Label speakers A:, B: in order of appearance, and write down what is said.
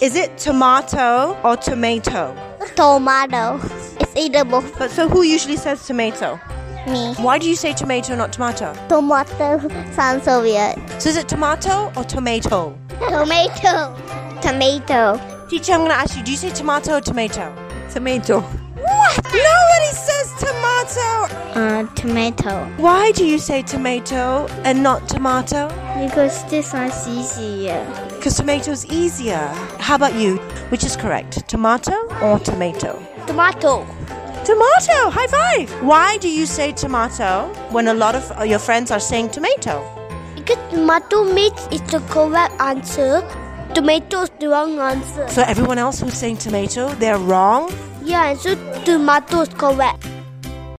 A: Is it tomato or tomato?
B: Tomato. It's edible.
A: But so who usually says tomato?
B: Me.
A: Why do you say tomato not tomato?
B: Tomato sounds so weird.
A: So is it tomato or tomato?
B: Tomato. Tomato.
A: Teacher, I'm going to ask you, do you say tomato or tomato?
C: Tomato.
A: What? Nobody says tomato.
B: Uh, tomato.
A: Why do you say tomato and not tomato?
B: Because this one's easier.
A: Because tomato's easier. How about you? Which is correct, tomato or tomato?
B: Tomato.
A: Tomato! High five! Why do you say tomato when a lot of your friends are saying tomato?
B: Because tomato meat is the correct answer. Tomato is the wrong answer.
A: So everyone else who's saying tomato, they're wrong?
B: Yeah, so tomato is correct.